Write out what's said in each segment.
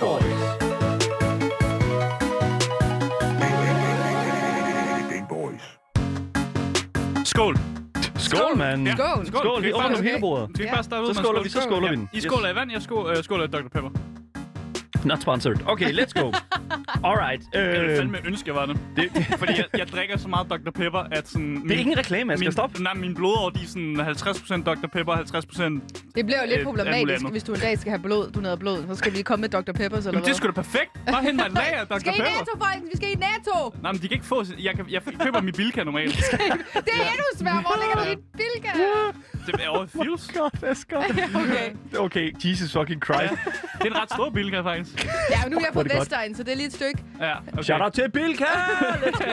Boys. Big Boys. Skål! Skål, mand. Ja. Skål. Skål, vi Skål. åbner Okay. hele bordet. Skal vi ikke bare starte ud med Så at skåler skåle? vi, så skåler vi den. I skåler af vand, jeg sko, øh, skåler af Dr. Pepper. Yes. Not sponsored. Okay, let's go. Alright. Øh, Jeg ville fandme det, ønske, jeg var det. Fordi jeg, jeg drikker så meget Dr. Pepper, at sådan... det er ikke en reklame, Asger. min, Stop. Nej, min blodår, de er sådan 50% Dr. Pepper, 50%... Jamen, Det bliver jo Øh, lidt alt problematisk, muligt hvis du en dag skal have blod, doneret blod. Så skal vi komme med Dr. Peppers det eller er hvad? sgu da perfekt. Bare hent mig et lager af Dr. Skal i Pepper. NATO, folkens! Vi skal i NATO! Nej, men de kan ikke få... sin- Jeg, kan, jeg køber min bilka normalt. Det er endnu sværere. Hvor ligger du i et bilka? Det er over Fuse. God, Asger. Okay. Okay, Jesus fucking Christ. Det er en ret stor bilka, faktisk. Ja, men nu er jeg Hvor er på det godt. Vestegn, så det er lige et stykke. Ja, okay. Shout out til Bilka!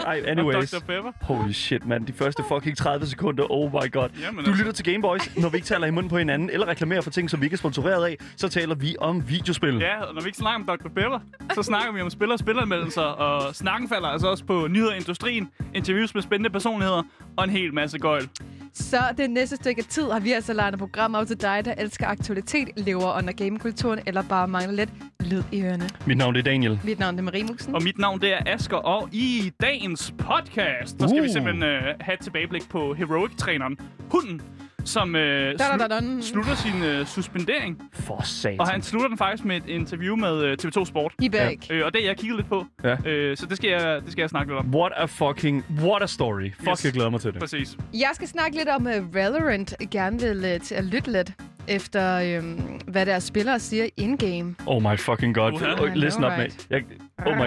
Ej, anyways. Dr. Pepper. Holy shit, mand. De første fucking 30 sekunder. Oh my god. Jamen du altså. lytter til Gameboys. Når vi ikke taler i munden på hinanden, eller reklamerer for ting, som vi ikke er sponsoreret af, så taler vi om videospil. Ja, og når vi ikke snakker om Dr. Pepper, så snakker vi om spiller- og spilleranmeldelser, og snakken falder altså også på nyheder i industrien, interviews med spændende personligheder, og en hel masse gøjl. Så det næste stykke tid har vi altså lejet et program af til dig, der elsker aktualitet, lever under gamekulturen, eller bare mangler lidt lyd i ørerne. Mit navn det er Daniel. Mit navn er Marie Muxen. Og mit navn, det er Asker, og i dagens podcast, der skal Uh. uh. vi simpelthen øh, have et tilbageblik på Heroic-træneren, hunden, som øh, Da, da, slu- da, da. slutter sin øh, suspendering, For satan. og han slutter den faktisk med et interview med øh, TV2 Sport. I bag. Øh, og det har jeg kigget lidt på, Ja. øh, så det skal, jeg, det skal jeg snakke lidt om. What a fucking... What a story. Fuck, Yes. jeg glæder mig til det. Præcis. Jeg skal snakke lidt om uh, Valorant. Jeg Gerne vil uh, til at lytte lidt efter, øhm, hvad deres spillere siger in-game. Oh my fucking god. Uha. Uh, Listen I up, know, mate. Jeg, oh my...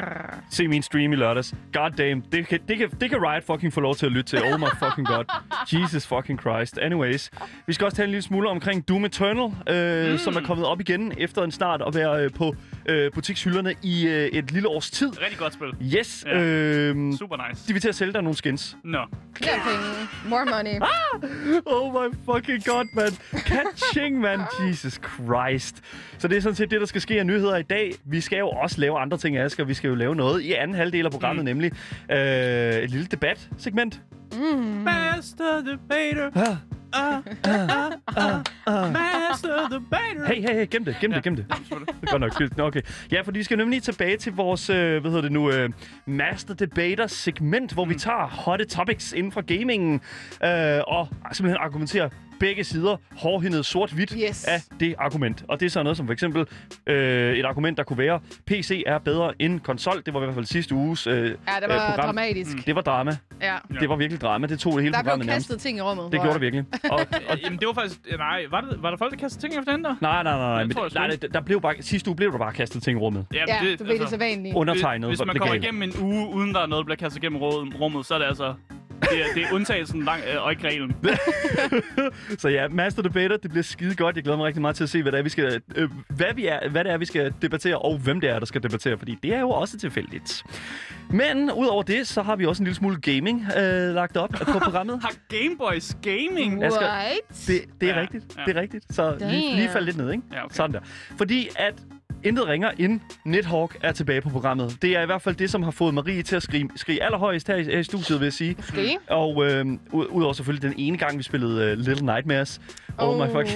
Se min stream i lørdags. God damn. Det kan, det, kan, det kan Riot fucking få lov til at lytte til. Oh my fucking god. Jesus fucking Christ. Anyways. Vi skal også tale en lille smule omkring Doom Eternal, øh, mm. som er kommet op igen efter en snart at være øh, på øh, butikshylderne i øh, et lille års tid. Rigtig godt spil. Yes. Ja. Ja. Øh, Super nice. de vil til at sælge dig nogle skins. Nå. Flere penge. More money. Oh my fucking god, mand. Catching, mand. Jesus Christ. Så det er sådan set det, der skal ske af nyheder i dag. Vi skal jo også lave andre ting, Asger. Vi skal jo lave noget i anden halvdel af programmet, mm. nemlig øh, et lille debatsegment. Master Debater. Ah. Ah, ah, ah, ah. Master Debater. Hey, hey, hey, gem det, gem det, gem det. Det er godt nok skidt. Nå, Okay. Ja, fordi vi skal nemlig tilbage til vores, øh, hvad hedder det nu, øh, Master Debater segment, Mm. hvor vi tager hotte topics inden for gamingen øh, og simpelthen argumenterer begge sider hårdhændet sort-hvidt Yes. af det argument. Og det er sådan noget som for eksempel øh, et argument, der kunne være, PC er bedre end konsol. Det var i hvert fald sidste uges øh, Ja, det øh, var program. dramatisk. Det var drama. Ja. Det var virkelig drama. Det tog det hele Der blev programmet nærmest. kastet ting i Det rummet. hvor- gjorde det virkelig. Og, og Jamen, det var faktisk... Nej, var, det, var der folk, der kastede ting efter hinanden der? Nej, nej, nej, nej. Jeg Men, tror, jeg nej, nej der blev bare, sidste uge blev du bare kastet ting i rummet. Jamen, altså, Ja, det blev det så vanligt. Undertegnet. Hvis var- man blev kommer gal. igennem en uge, uden der er noget, der bliver kastet igennem råd- rummet, så er det altså... Det er, det er undtagelsen lang, øh, og ikke reglen. Så ja, Master Debater, det bliver skide godt. Jeg glæder mig rigtig meget til at se, hvad det er, vi skal, øh, hvad vi er, hvad det er, vi skal debattere, og hvem det er, der skal debattere, fordi det er jo også tilfældigt. Men udover det, så har vi også en lille smule gaming øh, lagt op på programmet. Har Gameboys Gaming... Asger, Right. Det, det er Ja, ja, rigtigt, ja. ja. det er rigtigt. Så lige, lige falde lidt ned, ikke? Ja, okay. Sådan der. Fordi at intet ringer ind. Nethawk er tilbage på programmet. Det er i hvert fald det, som har fået Marie til at skrige, skrige allerhøjest her i, her i studiet, vil jeg sige. Måske. Og øh, ud- udover selvfølgelig den ene gang, vi spillede øh, Little Nightmares. Oh, oh my fuck.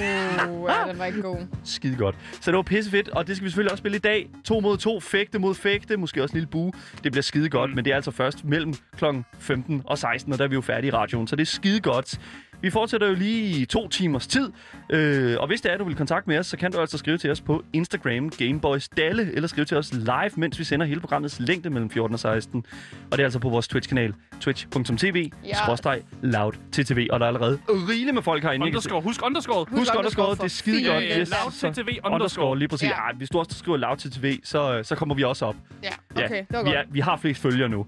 Oh, ja, den var ikke god. Skide godt. Så det var pissefedt, og det skal vi selvfølgelig også spille i dag. To mod to, fægte mod fægte, måske også en lille bue. Det bliver skide godt, Mm. mm. men det er altså først mellem kl. 15 og 16, og der er vi jo færdige i radioen, så det er skide godt. Vi fortsætter jo lige i to timers tid, øh, og hvis det er, du vil kontakte med os, så kan du altså skrive til os på Instagram Gameboys Dalle, eller skrive til os live, mens vi sender hele programmets længde mellem 14 og 16. Og det er altså på vores Twitch-kanal, twitch.tv, Ja. ja. loud ttv, og der er allerede rigeligt med folk herinde. Jeg kan se- Underscore. Husk underscore. Husk Husk underscore, underscore det er skide for godt. fire. Loud så- TTV underscore. Lige præcis. Ja. Ja. Ej, hvis du også skriver loud TTV, så, øh, så kommer vi også op. Ja, okay, det var vi, godt. er, vi har flest følgere nu.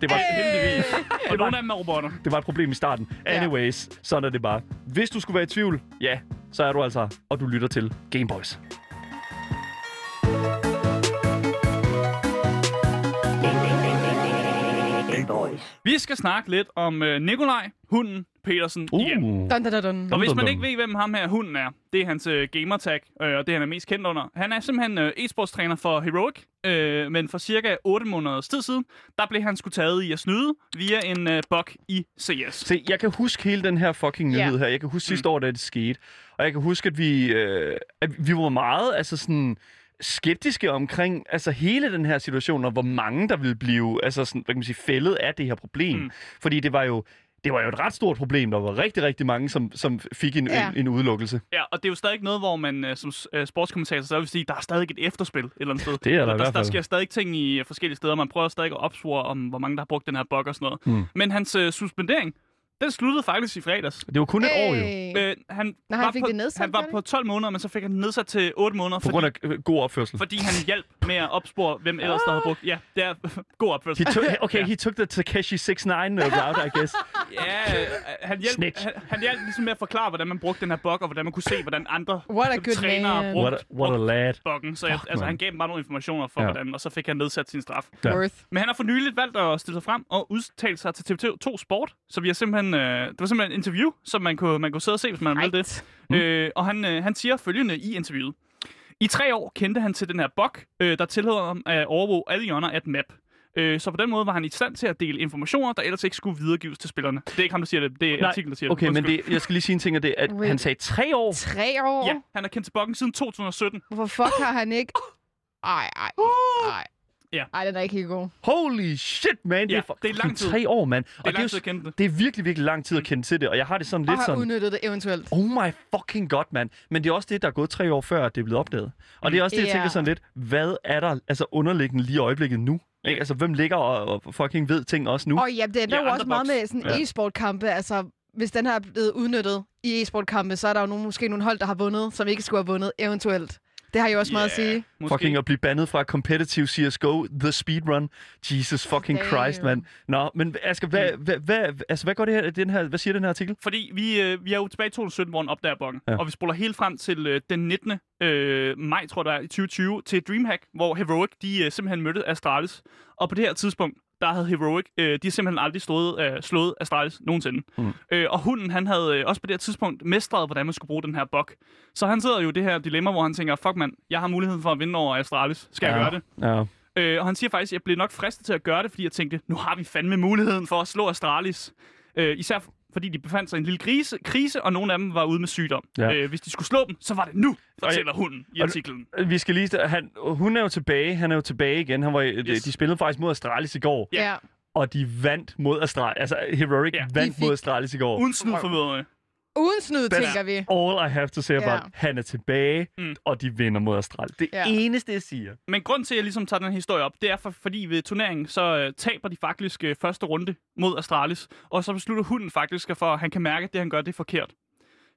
Det var, Heldigvis. Og nogle af dem er robotter. det var et problem i starten. Ja. Anyways, sådan er det bare. Hvis du skulle være i tvivl, ja, så er du altså, og du lytter til Gameboys. Big Boys. Vi skal snakke lidt om øh, Nikolaj, hunden, Petersen Uh, igen. Dun, dun, dun, dun. Og hvis man dum. ikke ved, hvem ham her hunden er, det er hans øh, gamertag, øh, og det han er mest kendt under. Han er simpelthen øh, e-sportstræner for Heroic, øh, men for cirka 8 måneders tid siden, der blev han sgu taget i at snyde via en øh, bug i CS. Se, jeg kan huske hele den her fucking nyhed Ja. her. Jeg kan huske sidste år, da det skete. Og jeg kan huske, at vi, øh, at vi var meget, altså sådan skeptiske omkring altså hele den her situation, og hvor mange der ville blive altså sådan, hvad kan man sige, fældet af det her problem. Mm. Mm. Fordi det var jo det var jo et ret stort problem. Der var rigtig, rigtig mange, som, som fik en, Ja. ja. en, en udelukkelse. Ja, og det er jo stadig noget, hvor man øh, som øh, sportskommentator så vil sige, der er stadig et efterspil et eller andet sted. Det er der i der, hvert der fald. sker stadig ting i øh, forskellige steder, og man prøver stadig at opspore om, hvor mange der har brugt den her bug og sådan noget. Hmm. Mm. Men hans øh, suspendering, den sluttede faktisk i fredags. Det var kun et år jo. Hey. Øh, han, Nå, han var fik på, det nedsat, han gør var det? på 12 måneder, men så fik han den nedsat til 8 måneder, På fordi, grund af øh, god opførsel. fordi han hjalp med at opspore, hvem ellers der havde brugt. Ja, det er god He opførsel. took, okay, Ja. he took the Takeshi 6 9 uh, route, I guess. Ja, øh, han hjalp, Snitch. han, han hjalp ligesom med at forklare, hvordan man brugte den her bug, og hvordan man kunne se, hvordan andre What a good trænere man. brugte What a, what a lad. buggen. Så jeg, Fuck, altså, mand. han gav dem bare nogle informationer for, ja. Ja. hvordan, og så fik han nedsat sin straf. Ja. Worth. Men han har for nyligt valgt at stille sig frem og udtale sig til TV2 Sport, så vi har simpelthen, øh, det var simpelthen et interview, som man kunne, man kunne sidde og se, hvis man ville det. Mm. Øh, og han, øh, han siger følgende i interviewet. I tre år kendte han til den her bug, øh, der tillod ham at overvåge alle hjørner af et map. Øh, så på den måde var han i stand til at dele informationer, der ellers ikke skulle videregives til spillerne. Det er ikke ham, der siger det. Det er Nej, artiklen, der siger Okay, det. men Undskyld. det, jeg skal lige sige en ting af det, at Wait. han sagde tre år. Tre år? Ja, han har kendt til buggen siden 2017. Hvorfor fuck har han ikke... Ej, ej, ej. Ja. Ej, den er ikke helt god. Holy shit, man. Ja, det er, for, det er lang fucking tid. tre år, mand. Det er jo lang tid s- at kende Mm. det. Det er virkelig, virkelig lang tid at kende til det, og jeg har det sådan Og lidt har sådan... udnyttet det eventuelt. Oh my fucking god, mand. Men det er også det, der er gået tre år før, at det er blevet opdaget. Og det er også det, jeg Ja. tænker sådan lidt, hvad er der altså underliggende lige i øjeblikket nu? Ikke? Altså, hvem ligger og, og fucking ved ting også nu? Og ja, det ender Ja, jo også andre meget boks. med sådan Ja. e-sport-kampe. Altså, hvis den her er blevet udnyttet i e-sport-kampe, så er der jo nogen, måske nogle hold, der har vundet, som ikke skulle have vundet eventuelt. Det har jo også meget at Ja, sige. måske. Fucking at blive bandet fra competitive CSGO, the speedrun. Jesus fucking Damn. Christ, mand. Nå, men Asger, hvad, Mm. hvad, hvad, altså, hvad, går det her, den her, hvad siger den her artikel? Fordi vi, øh, vi er jo tilbage i 2017, hvor han opdager bongen. Ja. Ja. Og vi spoler helt frem til øh, den 19. Øh, maj, tror jeg, det er, i 2020, til Dreamhack, hvor Heroic, de øh, simpelthen mødte Astralis. Og på det her tidspunkt, der havde Heroic, øh, de simpelthen aldrig slået, øh, slået Astralis nogensinde. Mm. Øh, og hunden, han havde øh, også på det her tidspunkt mestret, hvordan man skulle bruge den her bug. Så han sidder jo i det her dilemma, hvor han tænker, fuck mand, jeg har muligheden for at vinde over Astralis. Skal jeg gøre det? Ja. Øh, og han siger faktisk, at jeg blev nok fristet til at gøre det, fordi jeg tænkte, nu har vi fandme muligheden for at slå Astralis. Øh, især f- fordi de befandt sig i en lille krise, krise og nogle af dem var ude med sygdom. Ja. Ja. Øh, hvis de skulle slå dem, så var det nu, fortæller hunden i og- artiklen. Vi skal lige... Han, hun er jo tilbage. Han er jo tilbage igen. Han var, Yes. yes. De spillede faktisk mod Astralis i går. Ja. Ja. Og de vandt mod Astralis. Altså, Heroic Ja. ja. De vandt fik- mod Astralis i går. Uden snyd for møderne. Uden snyd, Den er- tænker vi. All I have to say Ja. about, han er tilbage, Mm. mm. og de vinder mod Astralis. Det Ja. ja. eneste, jeg siger. Men grund til, at jeg ligesom tager den her historie op, det er, for, fordi ved turneringen, så øh, taber de faktisk øh, første runde mod Astralis. Og så beslutter hunden faktisk, at for at han kan mærke, at det, han gør, det er forkert.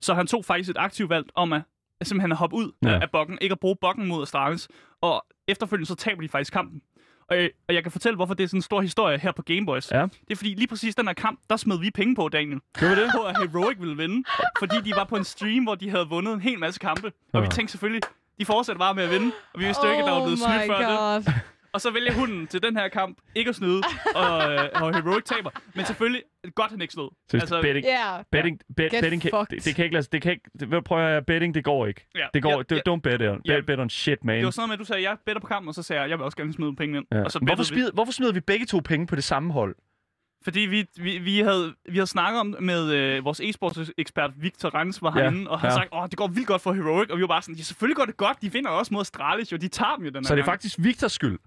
Så han tog faktisk et aktivt valg om at simpelthen at hoppe ud ja. Ja. af bokken, ikke at bruge bokken mod Astralis. Og efterfølgende så taber de faktisk kampen. Og, øh, og jeg kan fortælle, hvorfor det er sådan en stor historie her på Gameboys. Ja. Det er fordi lige præcis den her kamp, der smed vi penge på, Daniel. Gør vi det? På at Heroic ville vinde. Fordi de var på en stream, hvor de havde vundet en hel masse kampe. Og vi Ja. tænkte selvfølgelig, de fortsætter bare med at vinde. Og vi vidste jo ikke, at der var Oh blevet snydt før det. det. Og så vælger hunden til den her kamp ikke at snyde, og, øh, og Heroic taber. Men selvfølgelig, godt han ikke snød. Så altså, betting, Ja. betting, bet, Get betting kan, fucked. det, det, kan ikke lade sig- det kan ikke, det, hvad prøver jeg, betting, det går ikke. Ja. Det går, Ja, ja. yeah. don't bet on, Ja. bet, bet on shit, man. Det var sådan noget med, at du sagde, jeg better på kampen, og så sagde jeg, jeg vil også gerne smide penge ind. Ja. Og så Hvorfor, bettede vi. smider, hvorfor smider vi begge to penge på det samme hold? Fordi vi, vi, vi, havde, vi havde snakket om med øh, vores e-sportsekspert Victor Rens var Ja, herinde, og han ja. sagde, åh, det går vildt godt for Heroic, og vi var bare sådan, ja, selvfølgelig går det godt, de vinder også mod Astralis, jo, de tager dem jo den her Så det er gang." faktisk Victors skyld.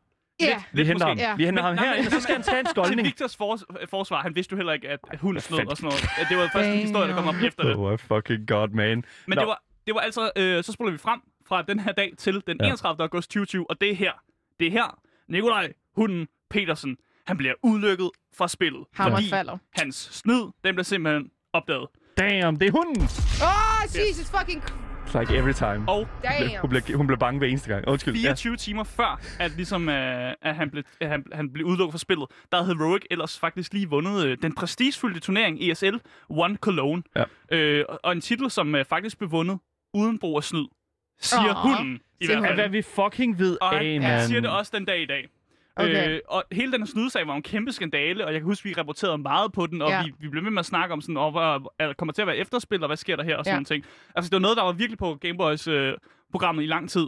Ja. Vi henter ham. måske. Ja. Vi henter Men- ham nej, her, men- og så skal han tage en Til skoldning. Victors for, forsvar, han vidste jo heller ikke, at hun snød fandme. og sådan noget. Ja, Det var først en historie, der kom op efter det. Oh my fucking god, man. Men Nå. det var, det var altså, øh, så spoler vi frem fra den her dag til den Ja. 31. august 2020, og det er her, det er her, Nikolaj Hunden Petersen, han bliver udlykket fra spillet. Hammeren fordi falder. hans snyd, den bliver simpelthen opdaget. Damn, det er hunden! Åh, Jesus fucking... It's Like every time. Og Damn. Hun bliver, hun bliver bange hver eneste gang. Undskyld. Ja. 24 timer før, at, ligesom, øh, at han, blev, at han, han blev udelukket fra spillet, der havde Roik ellers faktisk lige vundet øh, den prestigefyldte turnering ESL One Cologne. Ja. Øh, og- og en titel, som øh, faktisk blev vundet uden brug af snyd, siger Åh, hunden i siger hvert Af fald. Hvad vi fucking ved Og han, af, han man. siger det også den dag i dag. Okay. Øh, og hele den her snydesag var jo en kæmpe skandale, og jeg kan huske, vi rapporterede meget på den, og Ja. vi, vi blev ved med at snakke om, sådan, og, hvor, er, kommer til at være efterspil, og hvad sker der her, og sådan Ja. nogle ting. Altså, det var noget, der var virkelig på Gameboys-programmet i lang tid.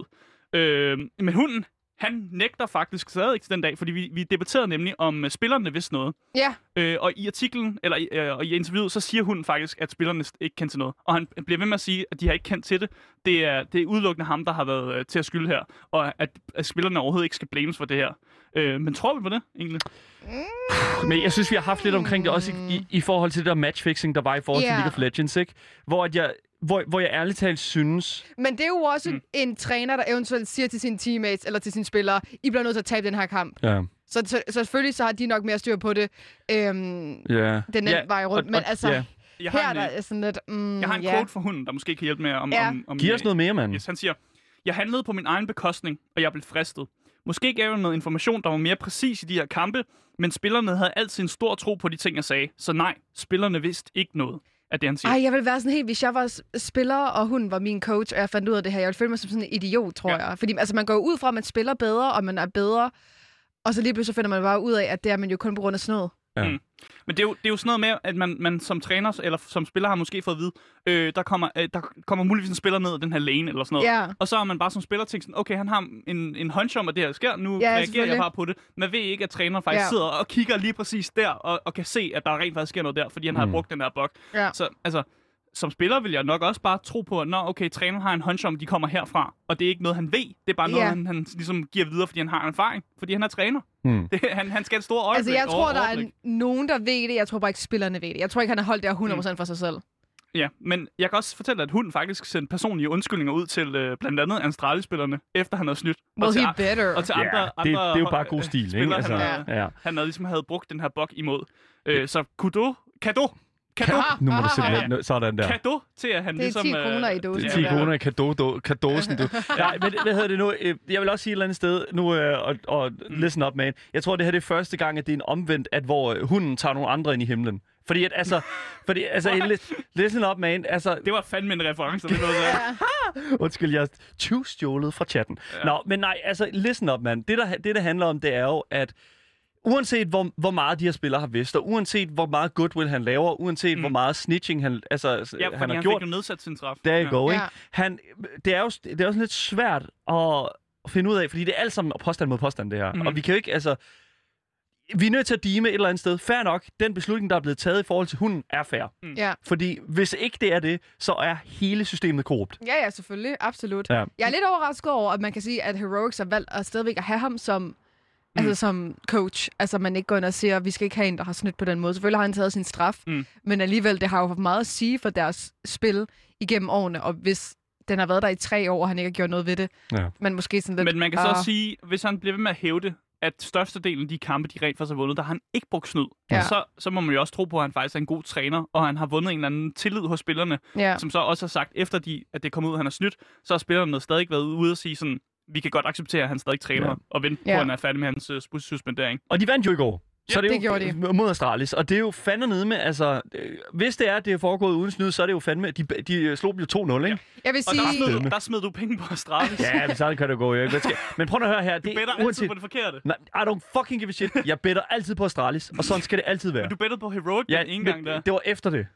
Øh, men hunden, han nægter faktisk stadig til den dag, fordi vi, vi debatterede nemlig, om øh, spillerne vidste noget. Ja, Øh, og i artiklen, eller i- øh, og i interviewet, så siger hun faktisk, at spillerne st- ikke kendte til noget. Og han bliver ved med at sige, at de har ikke kendt til det. Det er, det er udelukkende ham, der har været øh, til at skylde her. Og at, at spillerne overhovedet ikke skal blames for det her. Øh, men tror vi på det, egentlig? Men jeg synes, vi har haft lidt omkring det, også i, i, i forhold til det der matchfixing, der var i forhold til Ja. League of Legends, ikke? Hvor, at jeg, hvor, hvor jeg ærligt talt synes, men det er jo også mm. en træner, der eventuelt siger til sine teammates eller til sine spillere, I bliver nødt til at tabe den her kamp. ja, Så, så, så selvfølgelig så har de nok mere styr på det øhm, ja. den ja, anden vej rundt. Men altså, ja. Jeg her har, er en, der øh, er sådan lidt... Mm, jeg har en ja. quote for hunden, der måske kan hjælpe med om... Ja. om, om Giv os noget mere, mand. Yes, han siger, jeg handlede på min egen bekostning, og jeg blev fristet. Måske gav jeg noget information, der var mere præcis i de her kampe, men spillerne havde altid en stor tro på de ting, jeg sagde. Så nej, spillerne vidste ikke noget af det, han siger. Ej, jeg ville være sådan helt, hvis jeg var s- spiller, og hun var min coach, og jeg fandt ud af det her, jeg ville føle mig som sådan en idiot, tror Ja. ja. jeg. Fordi altså, man går jo ud fra, at man spiller bedre, og man er bedre, og så lige pludselig finder man bare ud af, at det er man jo kun på grund af snod. Men det er, jo, det er jo sådan noget med, at man, man som træner eller som spiller har måske fået at vide, øh, der, kommer, øh, der kommer muligvis en spiller ned i den her lane eller sådan noget. Ja. Og så har man bare som spiller tænkt sådan, okay, han har en, en hunch om, at det her sker, nu Ja, ja, reagerer jeg selvfølgelig. bare på det. Man ved ikke, at træneren faktisk ja. Ja. sidder og kigger lige præcis der, og, og kan se, at der rent faktisk sker noget der, fordi han mm. har brugt den her bug. Ja. Så altså, som spiller vil jeg nok også bare tro på, at nå, okay, træneren har en hunch om, at de kommer herfra, og det er ikke noget, han ved. Det er bare noget, Ja. han, han ligesom giver videre, fordi han har en erfaring, fordi han er træner. Mm. Det, han, han skal et stort øjeblik. Altså, jeg og tror, der overblik. er nogen, der ved det. Jeg tror bare ikke, spillerne ved det. Jeg tror ikke, han har holdt det her 100% for sig selv. Ja, men jeg kan også fortælle, at hun faktisk sendte personlige undskyldninger ud til øh, blandt andet Anstralis-spillerne, efter han havde snydt. og Well, til, he better. og til Ja, andre, det, andre det er jo bare øh, god stil, ikke? spillere, Altså, han, havde, ja. ja. han havde ligesom havde brugt den her bok imod. Øh, så kudo, kado, kado, Nu må du Ja, Ah. simpelthen... ja. nå, Sådan der. kado til, at han Det er ligesom... 10 kroner i dåsen. dåsen. Det er 10 kroner i kado- kadosen, du. Nej, men hvad hedder det nu? Øh, Jeg vil også sige et eller andet sted, nu øh, og, og listen up, man. Jeg tror, det her det er første gang, at det er en omvendt, at hvor øh, hunden tager nogle andre ind i himlen. Fordi at, altså, fordi, altså li- listen up, man. Altså, Det var fandme en reference, det noget der. Undskyld, jeg har tyvstjålet fra chatten. Ja. Nå, men nej, altså, listen up, mand. Det der, det, der handler om, det er jo, at uanset hvor, hvor meget de her spillere har vidst, og uanset hvor meget goodwill han laver, uanset mm. hvor meget snitching han, altså, Ja, ja, fordi han har han gjort, fik jo nedsat sin straf. der Ja. i går, ikke? Ja. Han, det er jo det er jo sådan lidt svært at finde ud af, fordi det er alt sammen påstand mod påstand, det her. Mhm. Mm. Og vi kan jo ikke, altså... Vi er nødt til at dime et eller andet sted. Fair nok, den beslutning, der er blevet taget i forhold til hunden, er fair. Ja. Fordi hvis ikke det er det, så er hele systemet korrupt. Ja, ja, selvfølgelig. Absolut. Ja. Jeg er lidt overrasket over, at man kan sige, at Heroics har valgt at stadigvæk at have ham som, mm. altså, som coach. Altså, man ikke går ind og siger, at vi skal ikke have en, der har snydt på den måde. Selvfølgelig har han taget sin straf, Mm. mm. men alligevel, det har jo haft meget at sige for deres spil igennem årene. Og hvis den har været der i tre år, og han ikke har gjort noget ved det, Ja. men måske sådan lidt... Men man kan så ah, også sige, hvis han bliver ved med at hævde, at størstedelen af de kampe, de rent faktisk har vundet, der har han ikke brugt snyd. Ja. Så, så må man jo også tro på, at han faktisk er en god træner, og han har vundet en eller anden tillid hos spillerne, Ja. ja. som så også har sagt, efter de, at det kom ud, at han er snydt, så har spillerne stadig været ude og sige sådan, vi kan godt acceptere, at han stadig træner, ja. Ja. og vente på, Ja. at han er færdig med hans uh, sus- suspendering. Og de vandt jo i går. Så Ja, det, er det jo gjorde mod Astralis. Og det er jo fandme nede med, altså... øh, Hvis det er, at det er foregået uden snyd, så er det jo fandme... De, de øh, slog dem jo 2-0, ikke? Jeg vil Og der sige... smed, du, Stemme. der smed du penge på Astralis. Ja, ja men sådan kan det gå, jo ikke? Hvad skal- Men prøv nu at høre her. Du Det, better altid på det forkerte. Nej, I don't fucking give a shit. Jeg better altid på Astralis, og sådan skal det altid være. Du bettede på Heroic ja, den ene gang der. Det var efter det.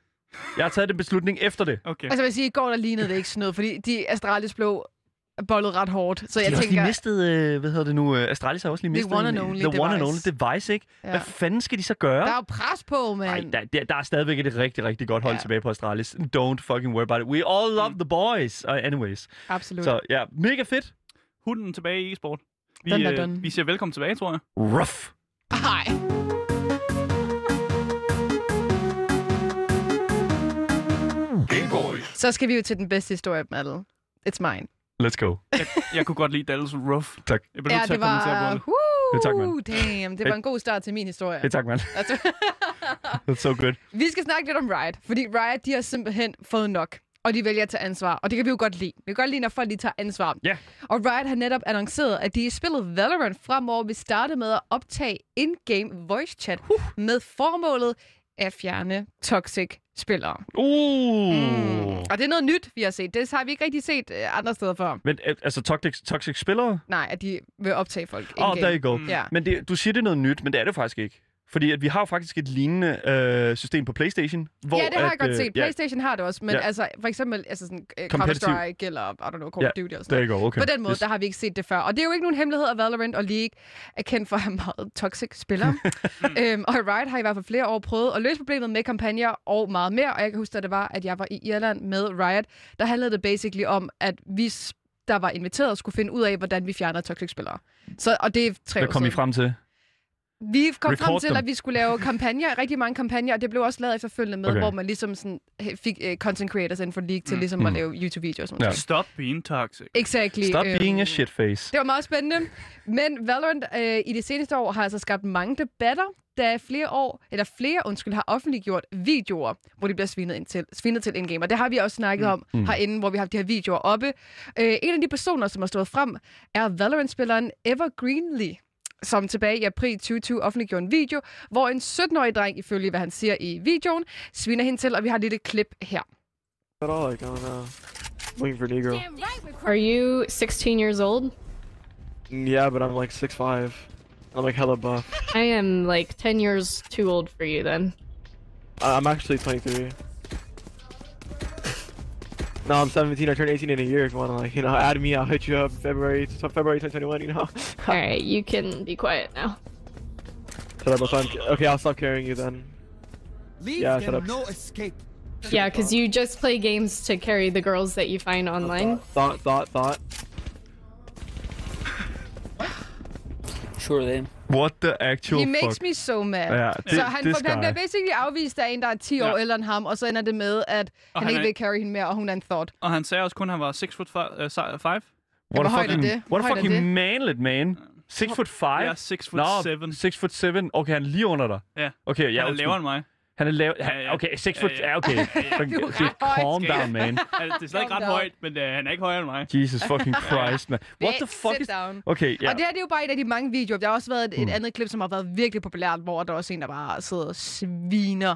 Jeg har taget den beslutning efter det. Okay. Altså, jeg vil sige, i går der lignede det ikke sådan noget, fordi de Astralis blev bollet ret hårdt. Så jeg de, tænker, de mistede, øh, hvad hedder det nu, øh, Astralis har også lige The mistet one en- and only the one and only device. device, ikke? Ja. Ja. Hvad fanden skal de så gøre? der er jo pres på, Nej, mand. der, der, der er stadigvæk et rigtig, rigtig godt hold ja. Ja. tilbage på Astralis. Don't fucking worry about it. We all love the boys. Uh, anyways. Absolut. Så ja, mega fedt. Altså- Hunden tilbage i e-sport. Vi, Dun, dun, øh, dun. vi siger velkommen tilbage, tror jeg. Rough. Nej. Game Boys. Så skal vi jo til den bedste historie, Madel. It's mine. Let's go. Jeg kunne godt lide Dallas Ruff. Tak. Jeg bliver ja, nødt til at kommentere på det. Woo, Ja, tak, mand. damn, det var en god start til min historie. Ja, tak, mand. Altså, That's so good. vi skal snakke lidt om Riot, fordi Riot, de har simpelthen fået nok. Og de vælger at tage ansvar, og det kan vi jo godt lide. Vi kan godt lide, når folk lige tager ansvar. Ja. Og Riot har netop annonceret, at de i spillet Valorant fremover vil starte med at optage in-game voice chat uh. med formålet at fjerne toxic spillere. Uh. Mm. Og det er noget nyt, vi har set. Det har vi ikke rigtig set øh, andre steder før. Men øh, altså, toxic, toxic spillere? Nej, at de vil optage folk Åh, oh, in-game. there you go. Mm. Ja. Men det, du siger, det er noget nyt, men det er det faktisk ikke. Fordi at vi har jo faktisk et lignende øh, system på PlayStation. Hvor ja, det har at, jeg godt øh, set. Ja, PlayStation har det også, men Ja. altså, for eksempel altså sådan, øh, Kompetitiv. Counter-Strike eller I don't know, Call Ja, of Duty og sådan der går, okay. På den måde, Yes. yes. der har vi ikke set det før. Og det er jo ikke nogen hemmelighed, at Valorant og League er kendt for at have meget toxic spillere. øhm, og Riot har i hvert fald flere år prøvet at løse problemet med kampagner og meget mere. Og jeg kan huske, at det var, at jeg var i Irland med Riot. Der handlede det basically om, at vi s- der var inviteret, skulle finde ud af, hvordan vi fjerner toxic spillere. Så, og det er tre Hvad år kom I siden. frem til? Vi kom Record frem til, dem. at vi skulle lave kampagner, rigtig mange kampagner, og det blev også lavet efterfølgende med, Okay. Mm. okay. hvor man ligesom sådan he- fik uh, content creators inden for League til ligesom at lave YouTube-videoer og sådan Ja. noget. Stop being toxic. Ja. Exactly. Stop øhm, being a shitface. Det var meget spændende. Men Valorant øh, i de seneste år har altså skabt mange debatter, da flere år, eller flere, undskyld, har offentliggjort videoer, hvor de bliver svinet, ind til, svinet til indgame. Og det har vi også snakket mm. om herinde, hvor vi har haft de her videoer oppe. Øh, en af de personer, som har stået frem, er Valorant-spilleren Ever Greenlee som tilbage i april 2020 offentliggjorde en video, hvor en 17-årig dreng, ifølge hvad han siger i videoen, sviner hende til, og vi har et lille klip her. at all. Like, I don't know. Looking for a Negro. Are you 16 years old? Yeah, but I'm like six five. I'm like hella buff. I am like 10 years too old for you then. I- I'm actually 23. No, I'm 17. I turned 18 in a year. If you want to, like, you know, add me, I'll hit you up February February 2021. You know, All right, you can be quiet now. shut up. I'll stop- Okay, I'll stop carrying you then. Leave Yeah, shut them up. no escape. Yeah, because you just play games to carry the girls that you find online. Thought, thought, thought. Sure then. What the actual He makes fuck? me so mad. Ja, det, Så han, det for, skal han bliver jeg. basically afvist af en, der er 10 Ja. år ældre end ham, og så ender det med, at han, han han ikke er- vil carry hende mere, og hun er en thought. Og han sagde også kun, at han var 6 foot øh, 5. What Hvor a højt er fucking, det? Hvor what a højt er fucking det? manlet, man. 6 foot 5? Jeg er 6 foot 7. 6 foot 7. Okay, han er lige under dig. Ja. Okay, jeg Han er lavere end mig. Han er lav... Ja, ja. Okay, 6 Ja, foot... ja. Ja, okay. Du er Okay, ret høj. Calm down, man. Altså, det er slet ikke ret Calm down. højt, men øh, han er ikke højere end mig. Jesus fucking Christ, man. What the Sit fuck is... down. Okay, ja. Mm. Og det her det er jo bare et af de mange videoer. Der har også været et, et andet klip, som har været virkelig populært, hvor der også er en, der bare sidder og sviner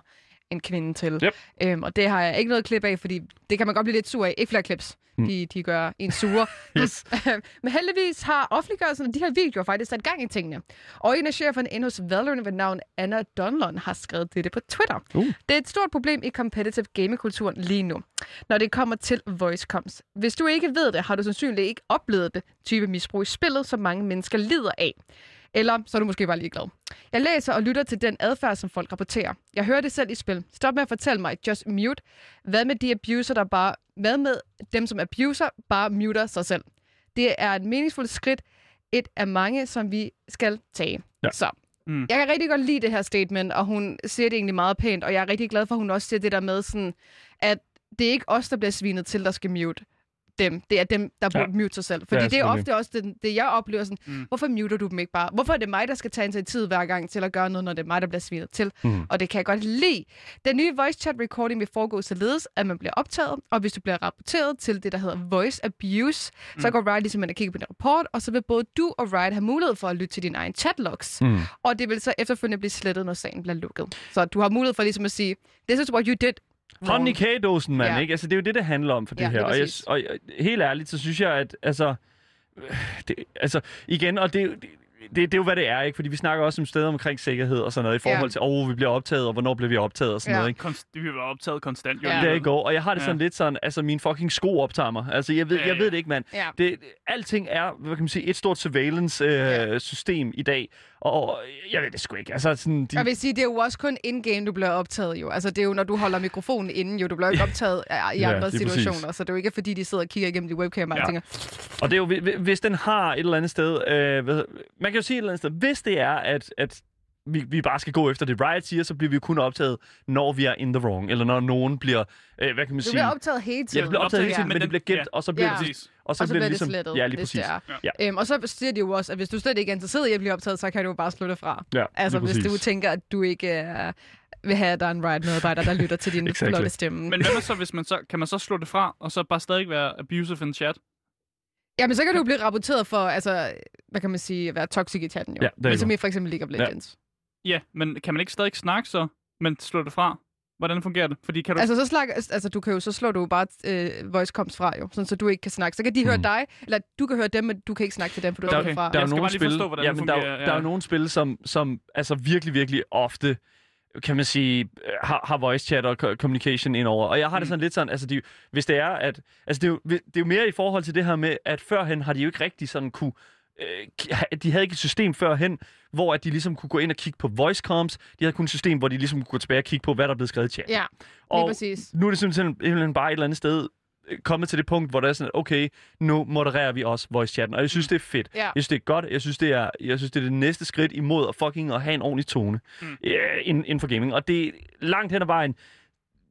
en kvinde til. Yep. Øhm, og det har jeg ikke noget klip af, fordi det kan man godt blive lidt sur af. Ikke flere klips. De, de gør en sure. Mm. Yes. Men heldigvis har offentliggørelsen af de her videoer faktisk sat gang i tingene. Og en af cheferne inde hos Valorant ved navn Anna Donlon har skrevet dette på Twitter. Uh. Det er et stort problem i competitive gamingkulturen lige nu, når det kommer til voice comms. Hvis du ikke ved det, har du sandsynligvis ikke oplevet det type misbrug i spillet, som mange mennesker lider af. Eller så er du måske bare ligeglad. Jeg læser og lytter til den adfærd, som folk rapporterer. Jeg hører det selv i spil. Stop med at fortælle mig, just mute. Hvad med de abuser, der bare... Hvad med dem, som abuser, bare muter sig selv? Det er et meningsfuldt skridt. Et af mange, som vi skal tage. Ja. Så. Mm. Mm. Jeg kan rigtig godt lide det her statement, og hun siger det egentlig meget pænt, og jeg er rigtig glad for, at hun også siger det der med, sådan, at det er ikke os, der bliver svinet til, der skal mute dem. Det er dem, der burde mute sig selv. Fordi Ja, ja, det er selvfølgelig. ofte også det, det jeg oplever sådan, mm. hvorfor muter du dem ikke bare? Hvorfor er det mig, der skal tage en tid hver gang til at gøre noget, når det er mig, der bliver svinet til? Mm. Mm. Og det kan jeg godt lide. Den nye voice chat recording vil foregå således, at man bliver optaget, og hvis du bliver rapporteret til det, der hedder voice abuse, mm. så går Riot ligesom ind og kigger på din rapport, og så vil både du og Riot have mulighed for at lytte til din egen chatlogs. Mm. Og det vil så efterfølgende blive slettet, når sagen bliver lukket. Så du har mulighed for ligesom at sige, this is what you did. wrong." Hånden i kagedåsen, mand, Ja. ikke? Altså, det er jo det, det handler om for det Ja, her. lige Og, jeg, præcis. og jeg, helt ærligt, så synes jeg, at altså, øh, det, altså igen, og det, det, det, det er jo, hvad det er, ikke? Fordi vi snakker også om steder omkring sikkerhed og sådan noget, i forhold Ja. til, åh, oh, vi bliver optaget, og hvornår bliver vi optaget og sådan Ja. noget, ikke? Konst- vi var optaget konstant. Jo, Ja. lige Der nu. i går, og jeg har det sådan Ja. lidt sådan, altså mine fucking sko optager mig. Altså, jeg ved, Ja, jeg ved ja. det ikke, mand. Ja. Det, alting er, hvad kan man sige, et stort surveillance-system øh, ja. i dag, og jeg ved det sgu ikke. Altså, sådan, de, Jeg vil sige, det er jo også kun in-game, du bliver optaget jo. Altså, det er jo, når du holder mikrofonen inden jo. Du bliver jo ikke optaget ja, i Ja, ja, andre lige situationer. præcis. Så det er jo ikke, fordi de sidder og kigger igennem de webcam og Ja. ja. tænker, Og det er jo, hvi- hvi- hvis den har et eller andet sted, øh, hvad, man kan jo sige et eller andet sted, hvis det er, at, at vi, vi bare skal gå efter det, Riot siger, så bliver vi jo kun optaget, når vi er in the wrong, eller når nogen bliver, øh, hvad kan man du sige... bliver optaget hele tiden. Ja, det bliver optaget hele tiden, men men det den- bliver gemt, ja. og så bliver Ja. det Præcis. og så, og så bliver det ligesom, ligesom... slettet, ja, lige hvis præcis. det er. Ja. Øhm, og så siger de jo også, at hvis du slet ikke er interesseret i at blive optaget, så kan du jo bare slå det fra. Ja, altså, lige hvis du præcis. tænker, at du ikke øh, vil have, at der er en Riot-medarbejder, der lytter til din Exactly. flotte stemme. Men hvad med så, hvis man så, kan man så slå det fra, og så bare stadig være abusive in chat? Jamen, så kan du jo blive rapporteret for, altså, hvad kan man sige, at være toxic i chatten jo. Ja, der er ligesom jo. i for eksempel League of Ja. Legends. Ja, men kan man ikke stadig snakke så, men slå det fra? Hvordan fungerer det? Fordi kan du... Altså, så slag, altså, du kan jo, så slår du jo bare øh, voicecoms fra, jo, sådan, så du ikke kan snakke. Så kan de høre Mm. dig, eller du kan høre dem, men du kan ikke snakke til dem, for du Der- er okay. fra. Jeg der er jo skal nogle bare lige spil, forstå, hvordan jamen, det der, er fungerer, jo- der er ja. jo nogle spil, som, som altså virkelig, virkelig ofte kan man sige, øh, har, har voice chat og co- communication indover. Og jeg har det Mm. sådan lidt sådan, altså de, hvis det er, at... Altså det er, jo, det er jo mere i forhold til det her med, at førhen har de jo ikke rigtig sådan kunne... øh, k- ha- De havde ikke et system førhen, hvor at de ligesom kunne gå ind og kigge på voice comms. De havde kun et system, hvor de ligesom kunne gå tilbage og kigge på, hvad der er blevet skrevet i chat. Ja, lige og præcis. nu er det simpelthen, simpelthen bare et eller andet sted øh, kommet til det punkt, hvor der er sådan, at okay, nu modererer vi også voice chatten. Og jeg synes, det er fedt. Mm. Ja. Jeg synes, det er godt. Jeg synes, det er, jeg synes, det er det næste skridt imod at fucking at have en ordentlig tone mm. øh, inden, inden for gaming. Og det er langt hen ad vejen.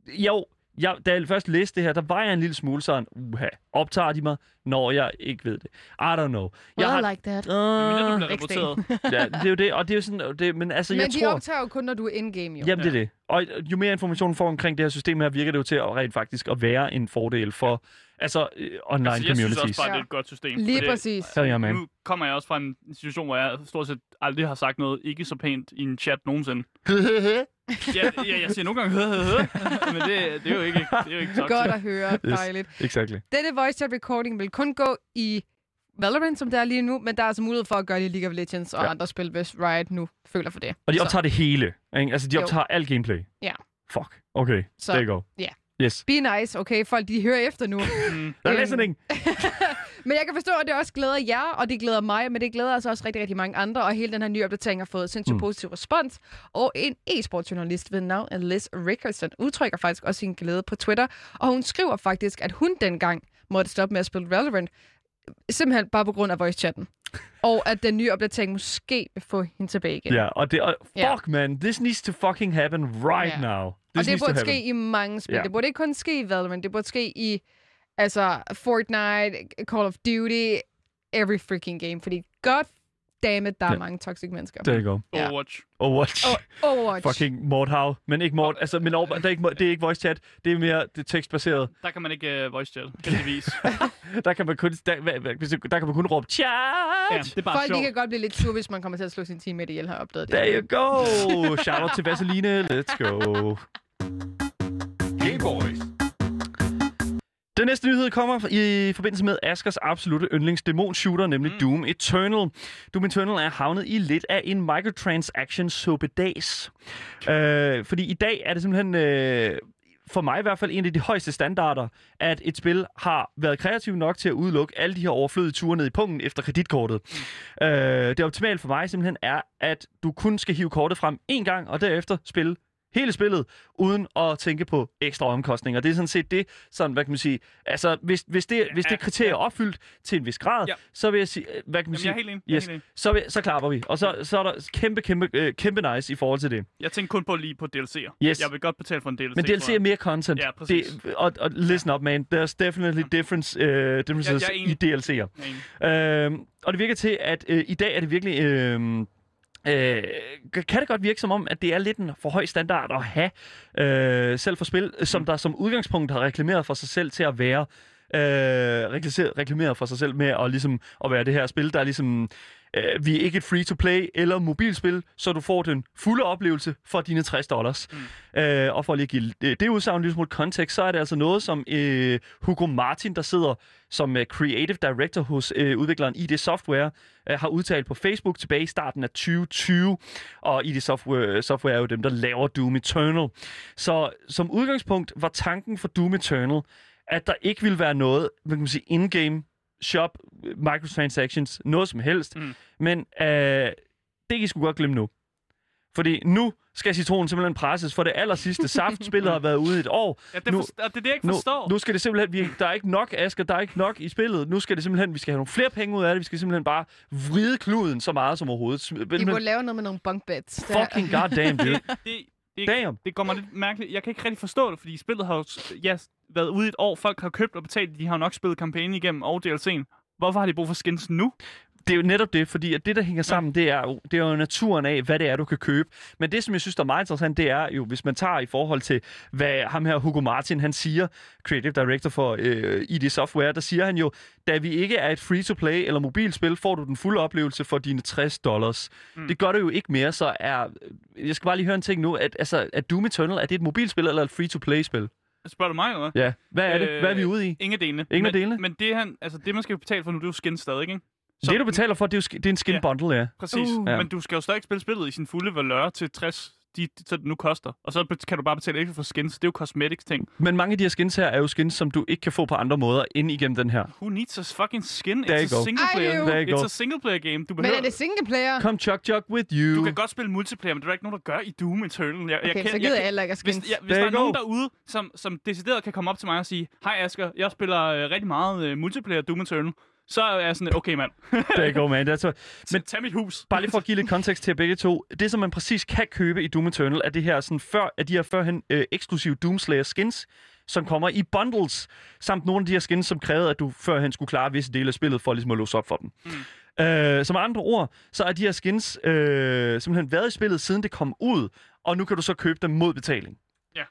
Jo, jeg, da jeg først læste det her, der var jeg en lille smule sådan, uha, optager de mig, når jeg ikke ved det. I don't know. Jeg Well, like that. Men du har, bliver ikke sten. rapporteret. uh, ja, det er jo det, og det er jo sådan, det, men altså, Men jeg de tror... optager jo kun, når du er in-game, jo. Jamen, det er det. Og øh, jo mere information du får omkring det her system her, virker det jo til at rent faktisk at være en fordel for altså, øh, online altså, jeg synes communities. også bare, det er Ja. et godt system. Lige fordi- præcis. Så er jeg med. Mm. Nu kommer jeg også fra en situation, hvor jeg stort set aldrig har sagt noget ikke så pænt i en chat nogensinde. ja, ja, jeg siger nogle gange, men det, det, er jo ikke, det er jo ikke toxic. Godt at høre. Dejligt. Exactly. Denne voice chat recording vil kun gå i Valorant, som det er lige nu, men der er altså mulighed for at gøre det i League of Legends og Ja. ja. andre spil, hvis Riot nu føler for det. Og de Så- optager det hele. Ikke? Altså, de Jo. optager alt gameplay. Ja. Fuck. Okay, Så- there you go. ja. Yes. Be nice, okay? Folk, de hører efter Mm. nu. Der er Øhm, listening. men jeg kan forstå, at det også glæder jer, og det glæder mig, men det glæder altså også rigtig, rigtig mange andre, og hele den her nye opdatering har fået sindssygt Mm. mm. positiv respons. Og en e-sportsjournalist ved navn Liz Rickerson udtrykker faktisk også sin glæde på Twitter, og hun skriver faktisk, at hun dengang måtte stoppe med at spille Valorant, simpelthen bare på grund af voice-chatten. og at den nye opdatering måske vil få hende tilbage igen. Ja, og det, og Ja. fuck, man. This needs to fucking happen right Ja. now. Og This det needs to burde happen. ske i mange spil. Ja. Ja. Det burde ikke kun ske i Valorant. Det burde ske i altså, Fortnite, Call of Duty, every freaking game. Fordi god damn it, der er Ja. mange toxic mennesker. There you go. Ja. Overwatch. Overwatch. Og Overwatch. Fucking Mordhav. Men ikke Mord. Altså, men over, der er ikke, Mord- det er ikke voice chat. Det er mere det er tekstbaseret. Der kan man ikke uh, voice chat, heldigvis. Der kan man kun, der, hvad- hvad- hvis du- der kan man kun råbe chat. ja, det er bare Folk de sjovt. kan godt blive lidt sure, hvis man kommer til at slå sin teammate ihjel, har jeg opdaget det. There you go. Shout out til Vaseline. Let's go. Gay Boys. Den næste nyhed kommer i forbindelse med Askers absolute yndlingsdæmonshooter, nemlig mm. Doom Eternal. Doom Eternal er havnet i lidt af en microtransaction sobedags. Øh, fordi i dag er det simpelthen, øh, for mig i hvert fald, en af de højeste standarder, at et spil har været kreativ nok til at udelukke alle de her overflødige ture ned i pungen efter kreditkortet. Mm. Øh, det optimale for mig simpelthen er, at du kun skal hive kortet frem én gang, og derefter spille hele spillet, uden at tænke på ekstra omkostninger. Det er sådan set det, sådan, hvad kan man sige, altså hvis, hvis, det, hvis det kriterie er opfyldt til en vis grad, Ja. så vil jeg sige, øh, hvad kan man Jamen, sige, jeg er helt enig. Jeg er yes, helt enig. så, vil- så klapper vi, og så, så er der kæmpe, kæmpe, øh, kæmpe nice i forhold til det. Jeg tænkte kun på lige på DLC'er. Yes. Jeg vil godt betale for en DLC. Men DLC tror er jeg. mere content. Ja, præcis. Det, og, og listen up, man. There's definitely difference, uh, differences Jeg- jeg er i enig. DLC'er. Jeg er enig. Øhm, og det virker til, at øh, i dag er det virkelig... øhm, Øh, kan det godt virke som om, at det er lidt en for høj standard at have øh, selv for spil, Mm. som der som udgangspunkt har reklameret for sig selv til at være øh, reklameret- reklameret for sig selv med at, ligesom, at være det her spil, der er ligesom øh, vi er ikke et free-to-play eller mobilspil, så du får den fulde oplevelse for dine 60 dollars. Mm. Øh, og for lige at give det, det udsagn lidt smule kontekst, så er det altså noget, som øh, Hugo Martin, der sidder som øh, creative director hos øh, udvikleren ID Software, øh, har udtalt på Facebook tilbage i starten af 2020. Og ID Software, Software er jo dem, der laver Doom Eternal. Så som udgangspunkt var tanken for Doom Eternal, at der ikke ville være noget, hvad kan man sige, in-game shop, microtransactions, noget som helst. Mm. Mm. Men øh, det kan I sgu godt glemme nu. Fordi nu skal citronen simpelthen presses, for det aller sidste saft. Spillet har været ude i et år. Ja, det, Nu- forst- og det er det, jeg ikke Nu, forstår. nu skal det simpelthen... Vi, der er ikke nok, Asger. Der er ikke nok i spillet. Nu skal det simpelthen... Vi skal have nogle flere penge ud af det. Vi skal simpelthen bare vride kluden så meget som overhovedet. Sm- I burde simpelthen- lave noget med nogle bunk beds. Det er- Fucking goddamn, dude. det, det, det, Damn. det går mig lidt mærkeligt. Jeg kan ikke rigtig forstå det, fordi spillet har jo s- ja, været ude i et år. Folk har købt og betalt. De har jo nok spillet kampagnen igennem og DLC'en. Hvorfor har de brug for skins nu? det er jo netop det, fordi at det, der hænger sammen, det er, jo, det er jo naturen af, hvad det er, du kan købe. Men det, som jeg synes, der er meget interessant, det er jo, hvis man tager i forhold til, hvad ham her Hugo Martin, han siger, Creative Director for øh, ID Software, der siger han jo, da vi ikke er et free-to-play eller mobilspil, får du den fulde oplevelse for dine 60 dollars. Mm. Det gør det jo ikke mere, så er... Jeg skal bare lige høre en ting nu, at, altså, at Doom Eternal, er det et mobilspil eller et free-to-play-spil? Spørger du mig, eller hvad? Ja. Hvad er det? Hvad er vi ude i? Øh, Ingen af delene. Ingen af men, delene? Men det, han, altså, det, man skal betale for nu, det er jo skin stadig, ikke? Så, det, du betaler for, det er, jo, sk- det er en skin Ja. bundle, ja. Præcis. Uh. Uh. Ja. Men du skal jo stadig ikke spille spillet i sin fulde valør til 60 de, så det nu koster. Og så bet- kan du bare betale ekstra for skins. Det er jo cosmetics ting. Men mange af de her skins her er jo skins, som du ikke kan få på andre måder end igennem den her. Who needs a fucking skin? There It's you a go. single player. There you It's go. a single player game. Du Men er behøver... det single player? Come chug chug with you. Du kan godt spille multiplayer, men det er der ikke nogen, der gør i Doom Eternal. Jeg, Okay, kan- så gider jeg kan- heller ikke at Hvis, skins. ja, hvis There der er you nogen go. derude, som, som decideret kan komme op til mig og sige, hej Asger, jeg spiller øh, rigtig meget øh, multiplayer Doom Eternal, så er jeg sådan, okay mand, There you go, man. That's what... men, tag mit hus. Bare lige for at give lidt kontekst til jer begge to. Det, som man præcis kan købe i Doom Eternal, er det her sådan før, at de her førhen øh, eksklusive Doomslayer skins, som kommer i bundles, samt nogle af de her skins, som krævede, at du førhen skulle klare visse dele af spillet, for ligesom at låse op for dem. Mm. Øh, som andre ord, så er de her skins øh, simpelthen været i spillet, siden det kom ud, og nu kan du så købe dem mod betaling. Ja.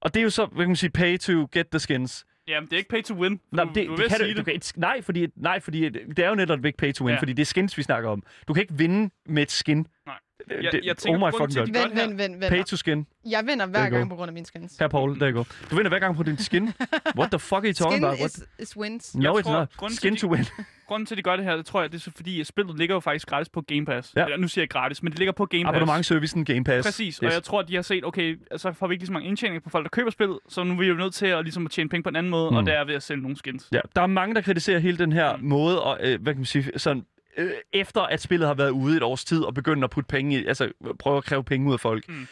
Og det er jo så, hvad kan man sige, pay to get the skins. Jamen, det er ikke pay to win. Nej, Du- men det, Mm, du er du, ved det at kan du, sige du det. kan ikke, nej, fordi, nej, fordi det er jo netop ikke pay to win, Ja. ja. fordi det er skins, vi snakker om. Du kan ikke vinde med et skin. Nej. Det, Jeg- det, jeg tænker, oh my grunden fucking til, at god. de- Vent, godt her. vent, vent, Pay vent. to skin. Jeg vinder There hver you go. gang på grund af mine skins. Her, Mm. Paul, der går. Du vinder hver gang på din skin. What the fuck are you talking Skin about? What? is, is wins. No, Jeg it's tror, not. grunden til, Skin de- to win. Grunden til, at de gør det her, det tror jeg, det er så fordi, at spillet ligger jo faktisk gratis på Game Pass. Ja. Eller, nu siger jeg gratis, men det ligger på Game Pass. Abonnementservicen Game Pass. Præcis, og jeg tror, at de har set, okay, så får vi ikke lige så mange indtjeninger på folk, der køber spillet, så nu er vi jo nødt til at, ligesom, at tjene penge på en anden måde, mm. og Mm. det er ved at sælge nogle skins. Ja, der er mange, der kritiserer hele den her Mm. måde, og, øh, hvad kan man sige, sådan, øh, efter at spillet har været ude et års tid, og begynder at putte penge i, altså prøve at kræve penge ud af folk. Mm. Mm.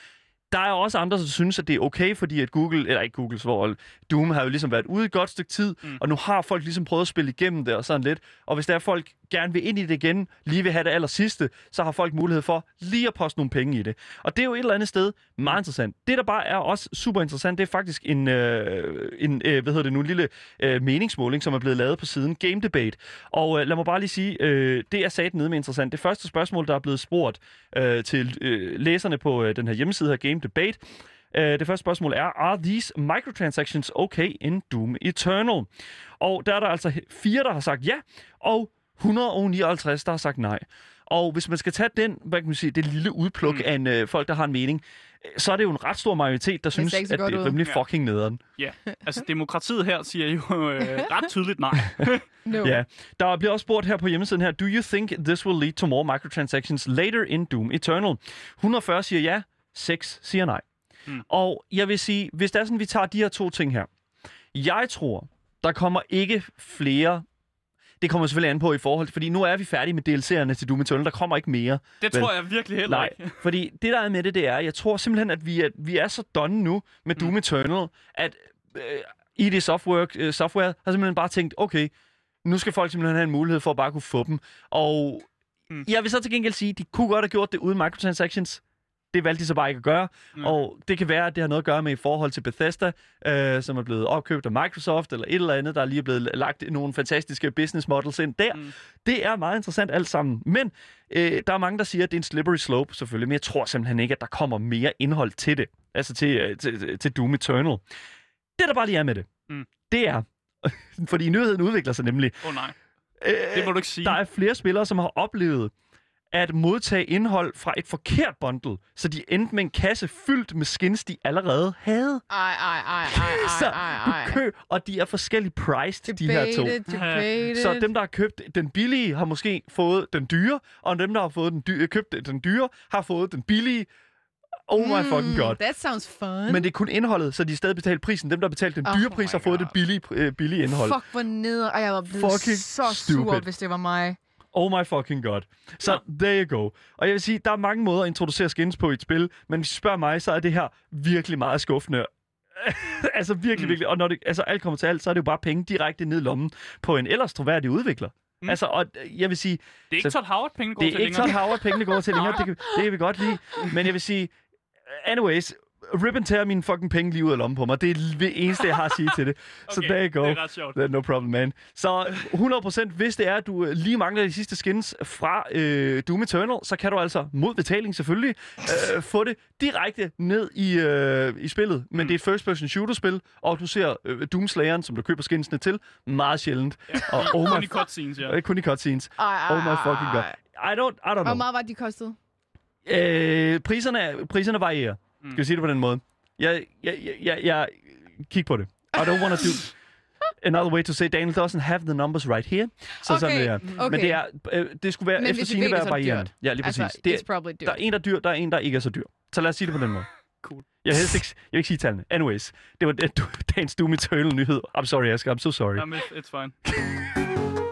Der er også andre, som synes, at det er okay, fordi at Google, eller ikke Google, hvor Doom har jo ligesom været ude et godt stykke tid, Mm. mm. og nu har folk ligesom prøvet at spille igennem det og sådan lidt. Og hvis der er folk gerne vil ind i det igen, lige vil have det aller sidste, så har folk mulighed for lige at poste nogle penge i det. Og det er jo et eller andet sted meget interessant. Det, der bare er også super interessant, det er faktisk en, øh, en øh, hvad hedder det nu, en lille øh, meningsmåling, som er blevet lavet på siden Game Debate. Og øh, lad mig bare lige sige, øh, det er sat nede med interessant. Det første spørgsmål, der er blevet spurgt øh, til øh, læserne på øh, den her hjemmeside her, Game Debate, øh, det første spørgsmål er, are these microtransactions okay in Doom Eternal? Og der er der altså fire, der har sagt ja, og 159, der har sagt nej. Og hvis man skal tage den, hvad kan man sige, det lille udpluk Mm. mm. af en, øh, folk, der har en mening, øh, så er det jo en ret stor majoritet, der ser synes, ikke at så det godt ud. er rimelig Ja. fucking nederen. Altså, demokratiet her siger jo øh, ret tydeligt nej. No. Ja. Der bliver også spurgt her på hjemmesiden her, do you think this will lead to more microtransactions later in Doom Eternal? 140 siger ja, 6 siger nej. Mm. Mm. Og jeg vil sige, hvis det er sådan, vi tager de her to ting her. Jeg tror, der kommer ikke flere... Det kommer selvfølgelig an på i forhold til, fordi nu er vi færdige med DLC'erne til Doom Eternal. Der kommer ikke mere. Det Vel. tror jeg virkelig heller Nej, ikke. fordi det der er med det, det er, jeg tror simpelthen, at vi er, vi er så done nu med Mm. Doom Eternal, at øh, ID Software, øh, software har simpelthen bare tænkt, okay, nu skal folk simpelthen have en mulighed for at bare kunne få dem. Og Mm. mm. jeg vil så til gengæld sige, de kunne godt have gjort det uden microtransactions. Det valgte de så bare ikke at gøre. Mm. Mm. Og det kan være, at det har noget at gøre med i forhold til Bethesda, øh, som er blevet opkøbt af Microsoft eller et eller andet, der er lige er blevet lagt nogle fantastiske business models ind der. Mm. Mm. Det er meget interessant alt sammen. Men øh, der er mange, der siger, at det er en slippery slope selvfølgelig, men jeg tror simpelthen ikke, at der kommer mere indhold til det. Altså til, øh, til, til Doom Eternal. Det, der bare lige er med det, Mm. mm. det er, fordi nyheden udvikler sig nemlig. Åh oh, nej, Øh, det må du ikke sige. der er flere spillere, som har oplevet at modtage indhold fra et forkert bundle, så de endte med en kasse fyldt med skins, de allerede havde. Ej, ej, ej, ej, så ej, ej, ej. du kø, og de er forskellige priced, de her to. Debated, debated. Så dem, der har købt den billige, har måske fået den dyre, og dem, der har fået den dyre, købt den dyre, har fået den billige. Oh Mm. my fucking god. That sounds fun. Men det er kun indholdet, så de stadig betalt prisen. Dem, der har betalt den Oh dyre my pris, har fået God. det billige, øh, billige indhold. Fuck, hvor neder. Ej, jeg var blevet Fucking så sur, stupid. hvis det var mig. Oh my fucking god. Så there you go. Og jeg vil sige, der er mange måder at introducere skins på i et spil, men hvis du spørger mig, så er det her virkelig meget skuffende. altså virkelig, Mm. mm. virkelig. Og når det, altså, alt kommer til alt, så er det jo bare penge direkte ned i lommen på en ellers troværdig udvikler. Mm. Mm. Altså, og øh, jeg vil sige, Det er ikke Todd Howard, penge går det til er ikke længere. Todd Howard, pengene går til længere. Det kan, det kan vi godt lide. Men jeg vil sige, anyways, rip and tear mine fucking penge lige ud af lommen på mig. Det er det eneste, jeg har at sige til det. Så Okay, there you go. det er ret sjovt. That no problem, man. Så 100% hvis det er, at du øh, lige mangler de sidste skins fra øh, Doom Eternal, så kan du altså mod betaling selvfølgelig øh, få det direkte ned i, øh, i spillet. Mm. Men det er et first-person shooter-spil, og du ser øh, Doom Slayeren, som du køber skinsene til, meget sjældent. Og oh Kun i my cutscenes, ja. Øh, Kun i cutscenes. Ej, ej, Oh my fucking god. I don't, ej. I don't Hvor know. meget var de kostet? Øh, priserne, er- priserne varierer. Mm. Skal vi sige det på den måde? Jeg, jeg, jeg, jeg, jeg kig på det. I don't want to do... Another way to say Daniel doesn't have the numbers right here. Så Okay, Mm-hmm. sådan det er. okay. Men det, er, øh, det skulle være Men efter hvis vi sine ved det, være så er det varierende. dyrt. Ja, lige præcis. Altså, det it's probably der er dude. en, der er dyr, der er en, der ikke er så dyr. Så lad os sige det på den måde. Cool. Jeg vil helst ikke, jeg vil ikke sige tallene. Anyways, det var den- dagens Doom Eternal nyhed. I'm sorry, Asger. I'm so sorry. Jamen, it's- it's fine.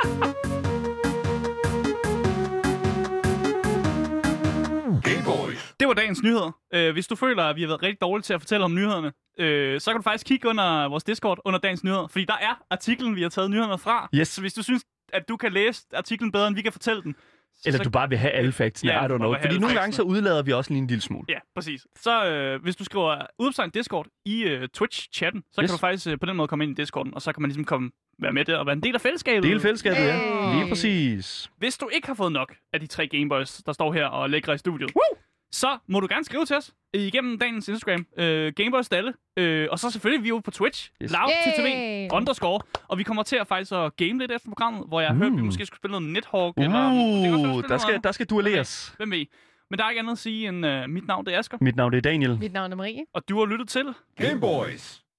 Gay Boys. Det var dagens nyheder. Øh, hvis du føler, at vi har været rigtig dårlige til at fortælle om nyhederne, øh, så kan du faktisk kigge under vores Discord under dagens nyheder, fordi der er artiklen, vi har taget nyhederne fra. Yes. Så hvis du synes, at du kan læse artiklen bedre, end vi kan fortælle den, så, Eller så, du bare vil have alle factsene. Ja, I du må don't know. bare have Fordi alle nogle gange så factsene. udlader vi også lige en lille smule. Ja, præcis. Så øh, hvis du skriver udopstegn Discord i øh, Twitch-chatten, så Yes. yes. kan du faktisk øh, på den måde komme ind i Discorden, og så kan man ligesom komme være med der og være en del af fællesskabet. Del fællesskabet, ja. Hey. Lige præcis. Hvis du ikke har fået nok af de tre Gameboys, der står her og lægger i studiet, Woo! så må du gerne skrive til os øh, igennem dagens Instagram, øh, Gameboys Dalle, øh, og så selvfølgelig vi er ude på Twitch, Yes. yes. loud Yay! ttv, underscore, og vi kommer til at faktisk at game lidt efter programmet, hvor jeg har Mm. hørt, at vi måske skulle spille noget Nethawk, eller det kan også være, vi Uh, spiller der noget skal, andet. der skal duelleres. Hvem ved? Men der er ikke andet at sige end, øh, mit navn det er Asger, Mit navn det er Daniel. Mit navn er Marie. og du har lyttet til Game Boys.